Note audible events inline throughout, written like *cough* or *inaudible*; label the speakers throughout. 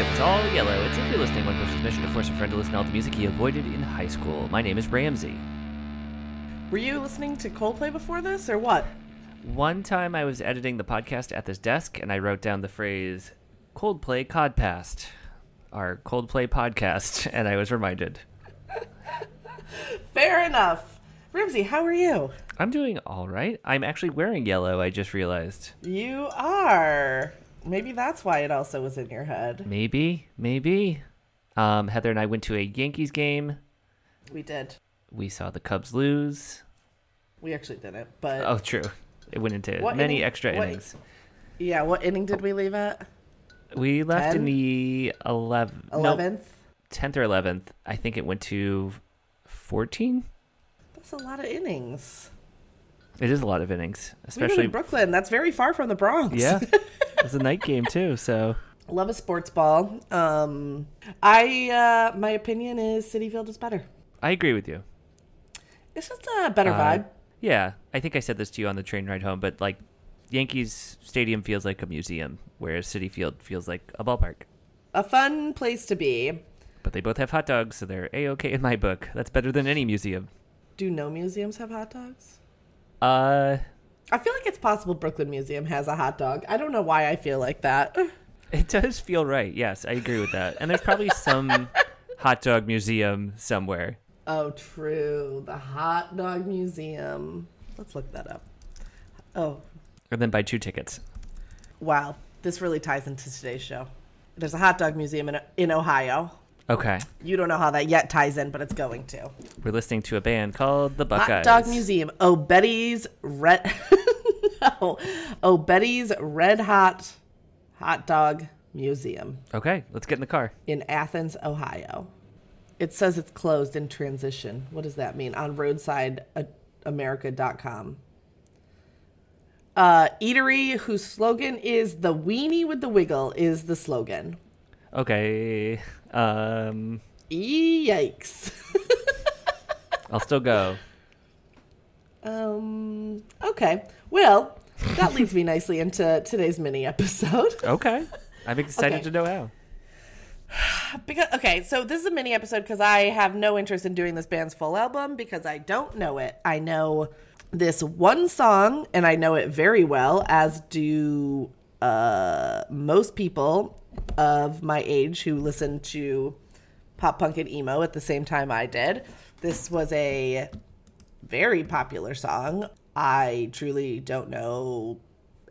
Speaker 1: it was all yellow. It's if you're listening, my person's mission to force a friend to listen to all the music he avoided in high school. My name is Ramsey.
Speaker 2: Were you listening to Coldplay before this, or what?
Speaker 1: One time I was editing the podcast at this desk and I wrote down the phrase Coldplay Codpast, our Coldplay podcast, *laughs* and I was reminded.
Speaker 2: Fair enough. Ramsey, how are you?
Speaker 1: I'm doing all right. I'm actually wearing yellow, I just realized.
Speaker 2: You are. Maybe that's why it also was in your head.
Speaker 1: Maybe, maybe. Um, Heather and I went to a Yankees game.
Speaker 2: We did.
Speaker 1: We saw the Cubs lose.
Speaker 2: We actually didn't, but
Speaker 1: Oh, true. It went into
Speaker 2: What
Speaker 1: many
Speaker 2: inning-
Speaker 1: extra
Speaker 2: what-
Speaker 1: innings.
Speaker 2: yeah. What inning did we leave at?
Speaker 1: We left in
Speaker 2: Ten?
Speaker 1: the 11th,
Speaker 2: Eleventh.
Speaker 1: 10th or 11th. I think it went to 14.
Speaker 2: That's a lot of innings.
Speaker 1: It is a lot of innings,
Speaker 2: We live
Speaker 1: especially
Speaker 2: in Brooklyn. That's very far from the Bronx. *laughs*
Speaker 1: Yeah. it was a night game too, so
Speaker 2: Love a sports ball. Um, I uh, my opinion is City Field is better.
Speaker 1: I agree with you.
Speaker 2: It's just a better
Speaker 1: Uh,
Speaker 2: vibe.
Speaker 1: yeah, I think I said this to you on the train ride home, but like Yankees Stadium feels like a museum, whereas City Field feels like a ballpark.
Speaker 2: A fun place to be.
Speaker 1: But they both have hot dogs, so they're a okay in my book. That's better than any museum.
Speaker 2: Do no museums have hot dogs?
Speaker 1: Uh,
Speaker 2: I feel like it's possible Brooklyn Museum has a hot dog. I don't know why I feel like that.
Speaker 1: it does feel right. Yes, I agree with that. And there's probably some hot dog museum somewhere.
Speaker 2: Oh, true. The hot dog museum. Let's look that up. Oh,
Speaker 1: And then buy two tickets.
Speaker 2: wow. This really ties into today's show. There's a hot dog museum in, in Ohio.
Speaker 1: Okay,
Speaker 2: You don't know how that yet ties in, but it's going to.
Speaker 1: we're listening to a band called the Buckeyes.
Speaker 2: Hot dog museum. Oh, Betty's red. *laughs* no. Oh, Betty's red hot hot dog museum.
Speaker 1: Okay, let's get in the car.
Speaker 2: in Athens, Ohio. It says it's closed in transition. What does that mean? On uh, roadsideamerica.com. Uh, eatery whose slogan is the weenie with the wiggle is the slogan.
Speaker 1: Okay, um,
Speaker 2: Yikes.
Speaker 1: I'll still go.
Speaker 2: um, okay. Well, that leads me nicely into today's mini episode. *laughs*
Speaker 1: Okay. I'm excited
Speaker 2: Okay.
Speaker 1: to know how.
Speaker 2: because okay, so this is a mini episode because I have no interest in doing this band's full album because I don't know it. I know this one song and I know it very well, as do uh, most people of my age who listen to pop punk and emo at the same time I did. This was a very popular song. I truly don't know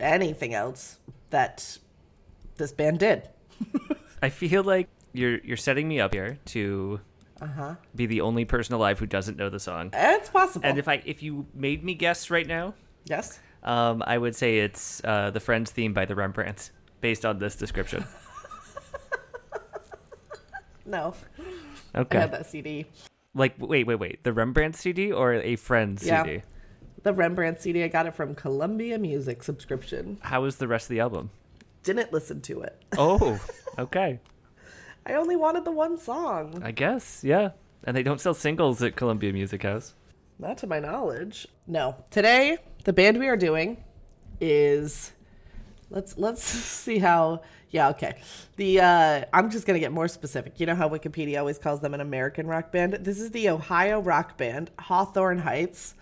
Speaker 2: anything else that this band did.
Speaker 1: I feel like you're you're setting me up here to
Speaker 2: Uh-huh.
Speaker 1: be the only person alive who doesn't know the song.
Speaker 2: It's possible.
Speaker 1: And if I if you made me guess right now,
Speaker 2: yes.
Speaker 1: um, I would say it's uh, the Friends theme by the Rembrandts, based on this description.
Speaker 2: No, I
Speaker 1: *laughs*
Speaker 2: had
Speaker 1: Okay.
Speaker 2: that CD.
Speaker 1: Like wait wait wait, the Rembrandt CD or a Friends
Speaker 2: Yeah.
Speaker 1: CD?
Speaker 2: The Rembrandt CD, I got it from Columbia Music subscription.
Speaker 1: How is the rest of the album?
Speaker 2: Didn't listen to it. *laughs*
Speaker 1: *laughs* Oh, okay.
Speaker 2: I only wanted the one song,
Speaker 1: I guess yeah. And they don't sell singles at Columbia Music House.
Speaker 2: not to my knowledge. No. Today, the band we are doing is let's let's *laughs* see how yeah, okay. The uh I'm just going to get more specific. You know how Wikipedia always calls them an American rock band? This is the Ohio rock band Hawthorne Heights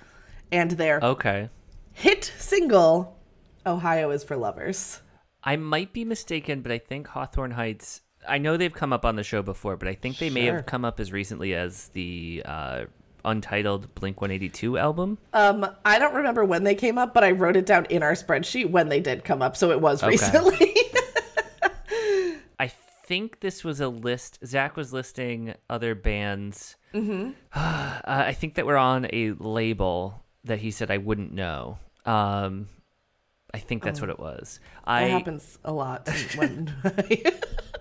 Speaker 2: and their
Speaker 1: Okay.
Speaker 2: hit single Ohio is for lovers.
Speaker 1: I might be mistaken, but I think Hawthorne Heights. I know they've come up on the show before, but I think they may
Speaker 2: Sure.
Speaker 1: have come up as recently as the uh, untitled Blink 182 album.
Speaker 2: Um, I don't remember when they came up, but I wrote it down in our spreadsheet when they did come up, so it was recently.
Speaker 1: I think this was a list. Zach was listing other bands. Mm-hmm. *sighs* uh, I think that we're on a label that he said I wouldn't know. Um, I think that's what it was.
Speaker 2: *laughs* that
Speaker 1: I
Speaker 2: happens a lot when I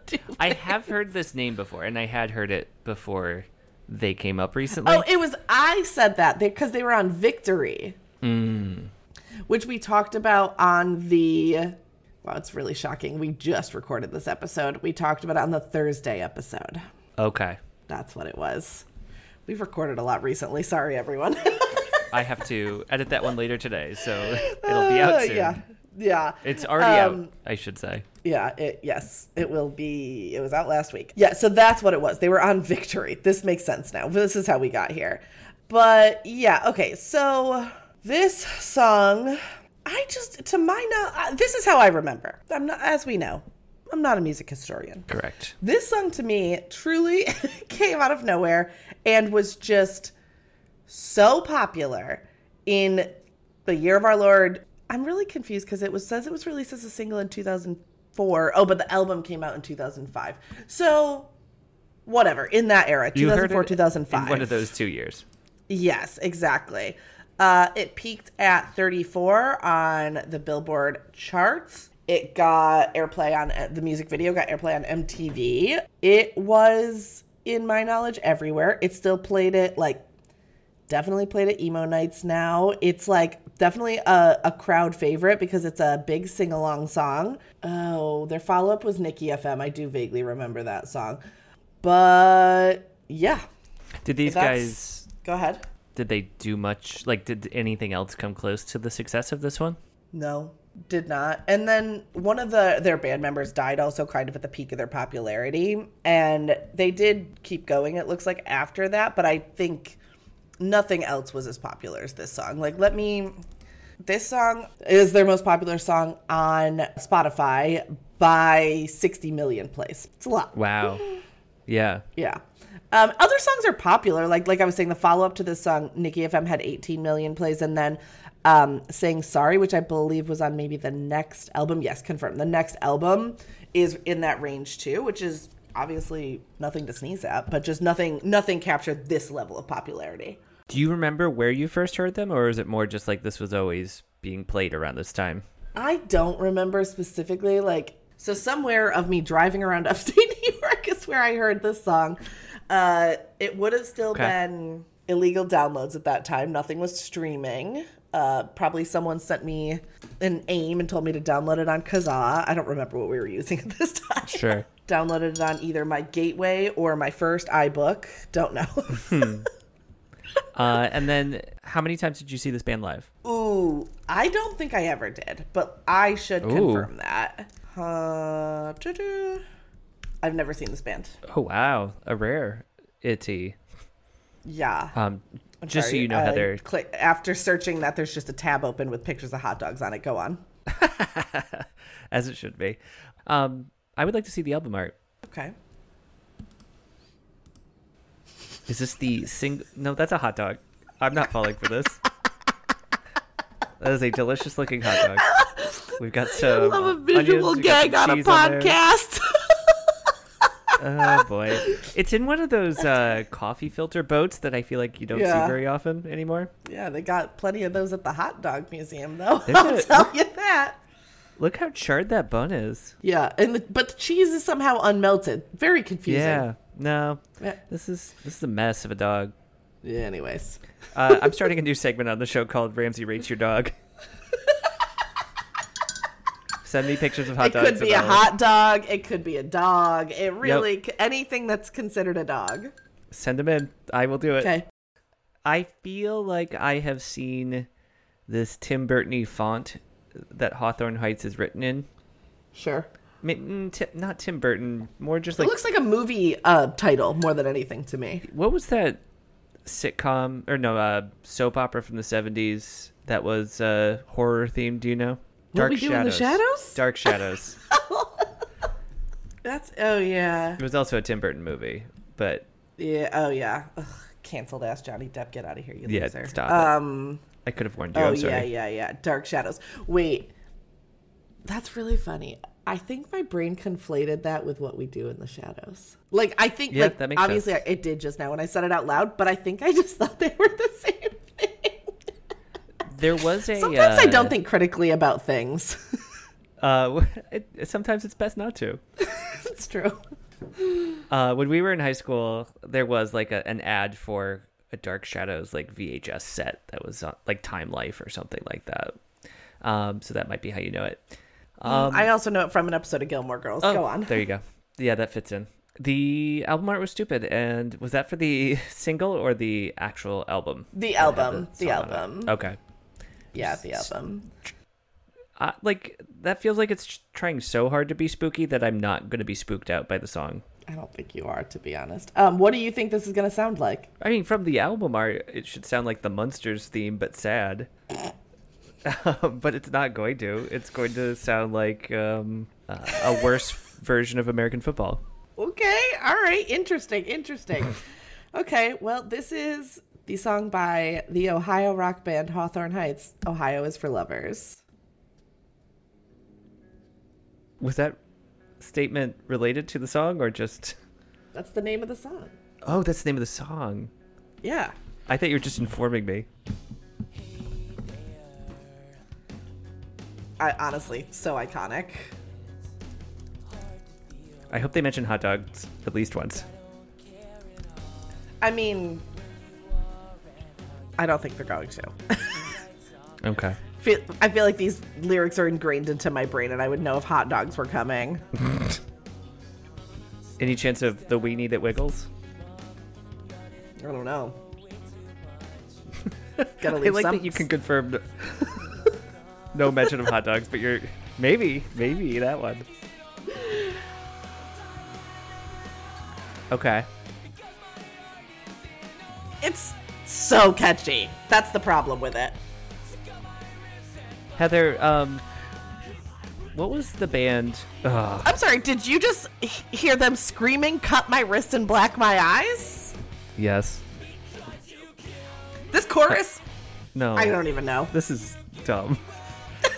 Speaker 2: do.
Speaker 1: I have heard this name before, and I had heard it before they came up recently.
Speaker 2: *laughs* Oh, it was I said that because they were on Victory,
Speaker 1: Hmm.
Speaker 2: which we talked about on the. Wow, it's really shocking. We just recorded this episode. We talked about it on the Thursday episode.
Speaker 1: okay.
Speaker 2: That's what it was. We've recorded a lot recently. Sorry, everyone. *laughs*
Speaker 1: I have to edit *laughs* that one later today, so it'll be out soon.
Speaker 2: yeah, yeah.
Speaker 1: It's already
Speaker 2: Um,
Speaker 1: out, I should say.
Speaker 2: Yeah, it, yes, it will be. It was out last week. Yeah, so that's what it was. They were on *laughs* Victory. This makes sense now. This is how we got here. But yeah, okay, so this song, I just, to my know, this is how I remember. I'm not, as we know, I'm not a music historian.
Speaker 1: Correct.
Speaker 2: This song to me truly *laughs* came out of nowhere and was just so popular in the year of our Lord. I'm really confused because it was says it was released as a single in 2004. Oh, but the album came out in 2005. So whatever, in that era,
Speaker 1: You
Speaker 2: 2004,
Speaker 1: heard it
Speaker 2: 2005.
Speaker 1: in one of those two years.
Speaker 2: Yes, exactly. Uh, it peaked at 34 on the Billboard charts. It got airplay on uh, the music video, got airplay on MTV. It was, in my knowledge, everywhere. It still played it like definitely played at emo nights now. It's like definitely a, a crowd favorite because it's a big sing along song. Oh, their follow up was Nikki FM. I do vaguely remember that song. But yeah,
Speaker 1: Did these
Speaker 2: That's-
Speaker 1: guys?
Speaker 2: go ahead.
Speaker 1: Did they do much? Like, did anything else come close to the success of this one?
Speaker 2: No, did not. And then one of the their band members died also kind of at the peak of their popularity. And they did keep going, it looks like, after that, but I think nothing else was as popular as this song. Like let me this song is their most popular song on Spotify by 60 million plays. It's a
Speaker 1: *laughs*
Speaker 2: lot.
Speaker 1: Wow. Yeah.
Speaker 2: Yeah. Um, other songs are popular. Like like I was saying, the follow up to this song, Nikki FM had 18 million plays, and then um, "Saying Sorry," which I believe was on maybe the next album. Yes, confirmed. The next album is in that range too, which is obviously nothing to sneeze at, but just nothing nothing captured this level of popularity.
Speaker 1: Do you remember where you first heard them, or is it more just like this was always being played around this time?
Speaker 2: I don't remember specifically. Like, so somewhere of me driving around *laughs* upstate New York is where I heard this song. Uh, it would have still
Speaker 1: Okay.
Speaker 2: been illegal downloads at that time. Nothing was streaming. Uh, probably someone sent me an AIM and told me to download it on Kazaa. I don't remember what we were using *laughs* at this time.
Speaker 1: Sure.
Speaker 2: Downloaded it on either my Gateway or my first iBook. Don't know. *laughs*
Speaker 1: Uh, and then, how many times did you see this band live?
Speaker 2: Ooh, I don't think I ever did, but I should confirm that. Uh, doo-doo. I've never seen this band.
Speaker 1: Oh wow, a rare itty.
Speaker 2: Yeah.
Speaker 1: Um,
Speaker 2: I'm
Speaker 1: just so
Speaker 2: sorry,
Speaker 1: you know,
Speaker 2: uh,
Speaker 1: Heather,
Speaker 2: Click, after searching that, there's just a tab open with pictures of hot dogs on it. Go on.
Speaker 1: as it should be. Um, I would like to see the album art.
Speaker 2: Okay.
Speaker 1: Is this the single? No, that's a hot dog. I'm not falling for this. *laughs* that is a delicious looking hot dog. We've got some.
Speaker 2: *laughs* I love a visual
Speaker 1: onions, we got
Speaker 2: gag on
Speaker 1: some
Speaker 2: a
Speaker 1: cheese on there.
Speaker 2: *laughs* podcast.
Speaker 1: Oh boy, it's in one of those uh, coffee filter boats that I feel like you don't
Speaker 2: Yeah.
Speaker 1: see very often anymore.
Speaker 2: yeah, they got plenty of those at the hot dog museum, though.
Speaker 1: There's
Speaker 2: *laughs* I'll
Speaker 1: a-
Speaker 2: tell you that.
Speaker 1: Look how charred that bun is.
Speaker 2: Yeah, and the, but the cheese is somehow unmelted. Very confusing.
Speaker 1: Yeah. No.
Speaker 2: Yeah.
Speaker 1: This is this is a mess of a dog.
Speaker 2: Yeah, anyways.
Speaker 1: Uh, I'm starting a new segment on the show called Ramsey Rates Your Dog. Send me pictures of hot
Speaker 2: it
Speaker 1: dogs.
Speaker 2: could be a
Speaker 1: and I'll-
Speaker 2: hot dog. It could be a dog. It really c anything that's considered a dog.
Speaker 1: Send them in. I will do it.
Speaker 2: Okay.
Speaker 1: I feel like I have seen this Tim Burtony font that Hawthorne Heights is written in.
Speaker 2: Sure.
Speaker 1: Ma- mm, Ti- Not Tim Burton, more just
Speaker 2: It
Speaker 1: like
Speaker 2: looks like a movie uh, title more than anything to me.
Speaker 1: what was that sitcom or no uh, soap opera from the 70s that was uh, horror themed? Do you know?
Speaker 2: What We Do in the Shadows?
Speaker 1: Dark Shadows.
Speaker 2: That's oh yeah.
Speaker 1: it was also a Tim Burton movie, but
Speaker 2: Yeah, oh yeah. Ugh, canceled ass Johnny Depp, get out of here, you
Speaker 1: Yeah,
Speaker 2: loser.
Speaker 1: stop it.
Speaker 2: um
Speaker 1: I could have warned you.
Speaker 2: oh
Speaker 1: I'm sorry.
Speaker 2: yeah, yeah, yeah. Dark Shadows. Wait. That's really funny. I think my brain conflated that with what we do in the shadows. Like I think
Speaker 1: Yeah,
Speaker 2: like
Speaker 1: that makes
Speaker 2: obviously
Speaker 1: sense.
Speaker 2: I, it did just now when I said it out loud, but I think I just *laughs* thought they were the same thing.
Speaker 1: There was a.
Speaker 2: Sometimes I
Speaker 1: uh,
Speaker 2: don't think critically about things. *laughs*
Speaker 1: Uh, *laughs* it, sometimes it's best not to.
Speaker 2: it's true.
Speaker 1: Uh, when we were in high school, there was like a, an ad for a Dark Shadows like VHS set that was on, like Time Life or something like that. Um, so that might be how you know it. Um,
Speaker 2: I also know it from an episode of Gilmore Girls.
Speaker 1: oh,
Speaker 2: Go on.
Speaker 1: There you go. Yeah, that fits in. The album art was stupid. And was that for the *laughs* single or the actual album?
Speaker 2: The
Speaker 1: that had
Speaker 2: album. The
Speaker 1: song on it?
Speaker 2: album.
Speaker 1: Okay.
Speaker 2: Yeah, the album.
Speaker 1: uh, like that feels like it's trying so hard to be spooky that I'm not going to be spooked out by the song.
Speaker 2: I don't think you are, to be honest. Um, what do you think this is going to sound like?
Speaker 1: I mean, from the album art, it should sound like the Munsters theme, but sad. Um, but it's not going to. It's going to sound like um, uh, a worse version of American football.
Speaker 2: Okay, all right, interesting,
Speaker 1: *laughs*
Speaker 2: interesting. okay, well, this is the song by the Ohio rock band Hawthorne Heights. Ohio is for lovers.
Speaker 1: Was that statement related to the song or just.
Speaker 2: That's the name of the song.
Speaker 1: Oh, that's the name of the song.
Speaker 2: Yeah.
Speaker 1: I thought you were just informing me.
Speaker 2: I honestly, so iconic.
Speaker 1: I hope they mention hot dogs at least once.
Speaker 2: I mean, I don't think they're going to.
Speaker 1: Okay.
Speaker 2: Feel- I feel like these lyrics are ingrained into my brain, and I would know if hot dogs were coming.
Speaker 1: Any chance of the weenie that wiggles?
Speaker 2: I don't
Speaker 1: *laughs*
Speaker 2: know. Gotta
Speaker 1: I
Speaker 2: leave
Speaker 1: like
Speaker 2: some.
Speaker 1: that *laughs* you can confirm no, no mention of hot dogs, but you're maybe, maybe that one. Okay.
Speaker 2: It's so catchy. That's the problem with it.
Speaker 1: Heather, um what was the band? Ugh.
Speaker 2: I'm sorry. Did you just h- hear them screaming, "Cut my wrist and black my eyes"?
Speaker 1: Yes.
Speaker 2: This chorus,
Speaker 1: No.
Speaker 2: I don't e- even know.
Speaker 1: This is dumb.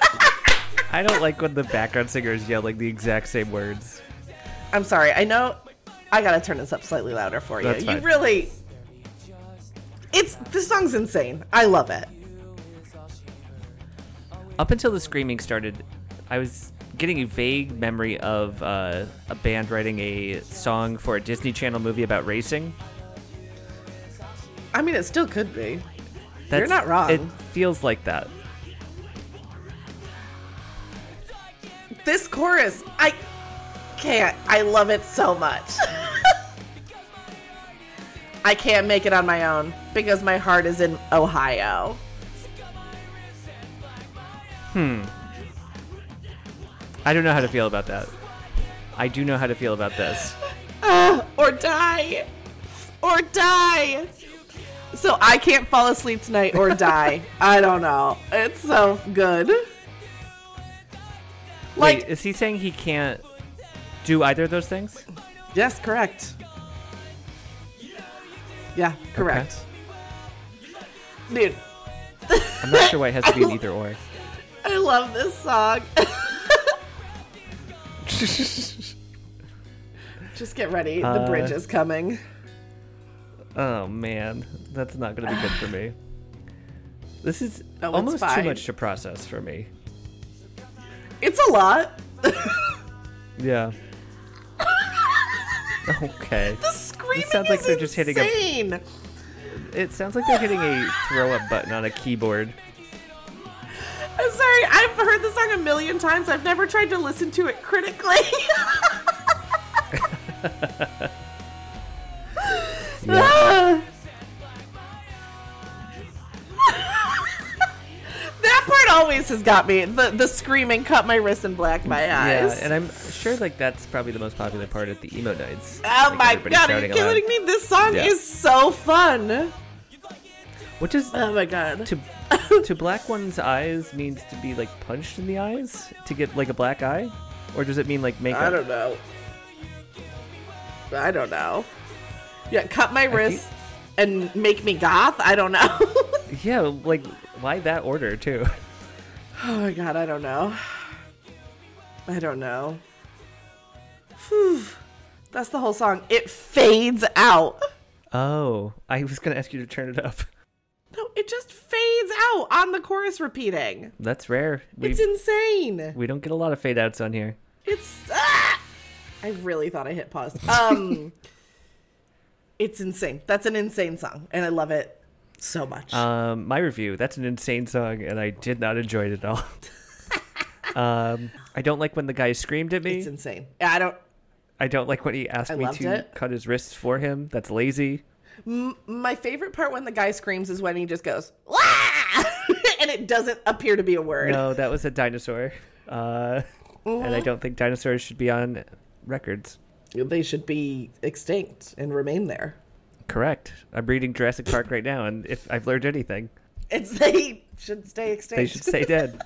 Speaker 1: *laughs* I don't like when the background singer is yelling the exact same words.
Speaker 2: I'm sorry. I know. I gotta turn this up slightly louder for you.
Speaker 1: That's
Speaker 2: You
Speaker 1: fine.
Speaker 2: really. It's this song's insane. I love it.
Speaker 1: Up until the screaming started, I was getting a vague memory of uh, a band writing a song for a Disney Channel movie about racing.
Speaker 2: I mean, it still could be.
Speaker 1: That's,
Speaker 2: You're not wrong.
Speaker 1: It feels like that.
Speaker 2: This chorus, I can't. I love it so much. *laughs* I can't make it on my own because my heart is in Ohio.
Speaker 1: I don't know how to feel about that. I do know how to feel about this.
Speaker 2: Ah, or die. Or die. So I can't fall asleep tonight *laughs* or die. I don't know. It's so good. Like,
Speaker 1: Wait, is he saying he can't do either of those things?
Speaker 2: yes, correct. Yeah, correct. Dude,
Speaker 1: I'm not sure why it has to be an either
Speaker 2: *laughs*
Speaker 1: or.
Speaker 2: I love this song. *laughs* Just get ready. The
Speaker 1: Uh,
Speaker 2: bridge is coming.
Speaker 1: Oh man, that's not gonna be good for me. This is
Speaker 2: Oh, it's
Speaker 1: almost too
Speaker 2: fine.
Speaker 1: much to process for me.
Speaker 2: It's a
Speaker 1: *laughs*
Speaker 2: lot.
Speaker 1: Yeah. *laughs* okay.
Speaker 2: The screaming
Speaker 1: sounds like
Speaker 2: is
Speaker 1: they're just hitting a-
Speaker 2: insane.
Speaker 1: It sounds like they're hitting a throw up button on a keyboard.
Speaker 2: I'm sorry, I've heard the song a million times. I've never tried to listen to it critically. *laughs*
Speaker 1: Yeah.
Speaker 2: *laughs* that part always has got me. The the screaming cut my wrist and black my eyes.
Speaker 1: Yeah, and I'm sure like that's probably the most popular part at the emo nights.
Speaker 2: Oh
Speaker 1: Like,
Speaker 2: my
Speaker 1: everybody
Speaker 2: god, are
Speaker 1: shouting
Speaker 2: you
Speaker 1: aloud.
Speaker 2: kidding me? This song
Speaker 1: Yeah.
Speaker 2: is so fun.
Speaker 1: What does
Speaker 2: Oh my god.
Speaker 1: *laughs* to to black one's eyes means to be like punched in the eyes to get like a black eye, or does it mean like makeup?
Speaker 2: I don't know. I don't know. Yeah, cut my wrist and make me goth. I don't know.
Speaker 1: Yeah, like why that order too?
Speaker 2: oh my god, I don't know. I don't know. Whew. That's the whole song. It fades out.
Speaker 1: *laughs* Oh, I was gonna ask you to turn it up.
Speaker 2: No, it just fades out on the chorus repeating.
Speaker 1: That's rare. We
Speaker 2: It's insane.
Speaker 1: we don't get a lot of fade outs on here.
Speaker 2: It's ah! I really thought I hit pause. Um It's insane. That's an insane song and I love it so much.
Speaker 1: Um, my review. That's an insane song, and I did not enjoy it at all. *laughs* um, I don't like when the guy screamed at me.
Speaker 2: it's insane. I don't
Speaker 1: I don't like when he asked
Speaker 2: I
Speaker 1: me
Speaker 2: loved
Speaker 1: to
Speaker 2: it.
Speaker 1: cut his wrists for him. That's lazy.
Speaker 2: my favorite part when the guy screams is when he just goes "Wah!" *laughs* and it it doesn't appear to be a word.
Speaker 1: No, that was a dinosaur. Uh, And I don't think dinosaurs should be on records.
Speaker 2: They should be extinct and remain there.
Speaker 1: Correct. I'm reading Jurassic Park right now, and if I've learned anything,
Speaker 2: It's *laughs* they should stay extinct.
Speaker 1: they should stay dead.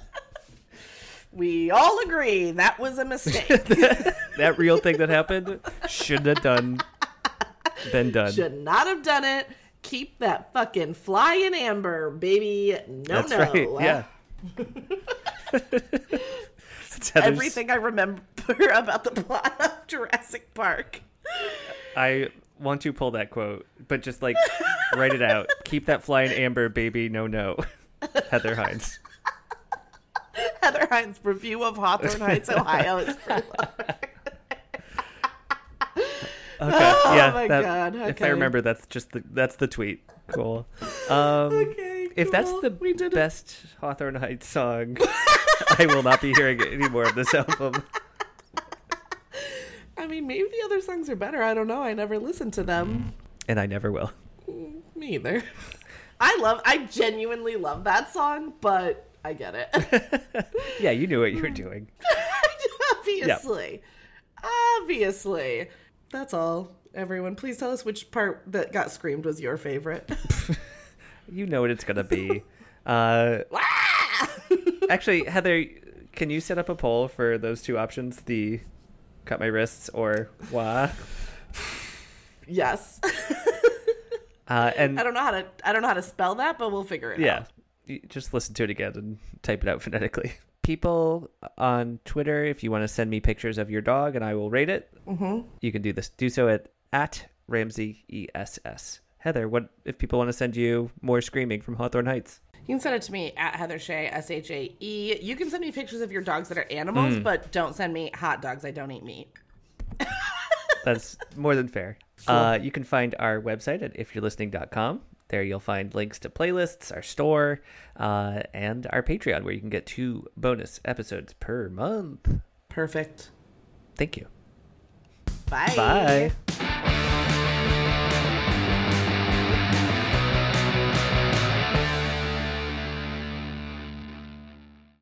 Speaker 2: *laughs* we all agree that was
Speaker 1: *laughs*
Speaker 2: a mistake.
Speaker 1: that real thing that happened shouldn't have done been done.
Speaker 2: should not have done it. Keep that fucking fly in amber, baby. No,
Speaker 1: That's
Speaker 2: no. Uh,
Speaker 1: right. Yeah. *laughs* That's Heather's-
Speaker 2: Everything I remember *laughs* about the plot of Jurassic Park. *laughs*
Speaker 1: I want to pull that quote, but just like write it
Speaker 2: *laughs*
Speaker 1: out. Keep that flying amber, baby. No, no. *laughs* Heather
Speaker 2: *laughs*
Speaker 1: Hines.
Speaker 2: Heather Hines' review of
Speaker 1: *laughs*
Speaker 2: Hawthorne Heights, Ohio. It's pretty long.
Speaker 1: Okay.
Speaker 2: Oh
Speaker 1: yeah.
Speaker 2: my
Speaker 1: that-
Speaker 2: God,
Speaker 1: If I
Speaker 2: okay.
Speaker 1: remember, that's just the that's the tweet. Cool. Um,
Speaker 2: Okay,
Speaker 1: If that's
Speaker 2: cool.
Speaker 1: the
Speaker 2: We did it.
Speaker 1: best Hawthorne Heights song, *laughs* I will not be hearing any more of this *laughs* album.
Speaker 2: I mean, maybe the other songs are better. I don't know. I never listened to them.
Speaker 1: and I never will. Mm.
Speaker 2: Me either. *laughs* I love, I genuinely love that song, but I get it.
Speaker 1: *laughs*
Speaker 2: *laughs*
Speaker 1: Yeah, you knew what you were doing.
Speaker 2: Obviously. Obviously. That's all. Everyone, please tell us which part that got screamed was your favorite. *laughs*
Speaker 1: You know what it's gonna *laughs* be. Uh, *laughs* actually, Heather, can you set up a poll for those two options? The cut my wrists or wah. *laughs*
Speaker 2: yes. *laughs*
Speaker 1: Uh, and
Speaker 2: I don't know how to I don't know how to spell that, but we'll figure it
Speaker 1: yeah,
Speaker 2: out.
Speaker 1: you just listen to it again and type it out *laughs* phonetically. People on Twitter, if you want to send me pictures of your dog and I will rate it, mm-hmm. you can do this. Do so at at Ramsey ESS. Heather, what if people want to send you more screaming from Hawthorne Heights?
Speaker 2: You can send it to me at Heather Shea, S H A E. You can send me pictures of your dogs that are animals,
Speaker 1: Mm.
Speaker 2: but don't send me hot dogs. I don't eat meat.
Speaker 1: That's more than fair. Uh, you can find our website at ifyou'relistening.com. There you'll find links to playlists, our store, uh, and our Patreon, where you can get two bonus episodes per month.
Speaker 2: Perfect.
Speaker 1: Thank you.
Speaker 2: Bye.
Speaker 1: Bye.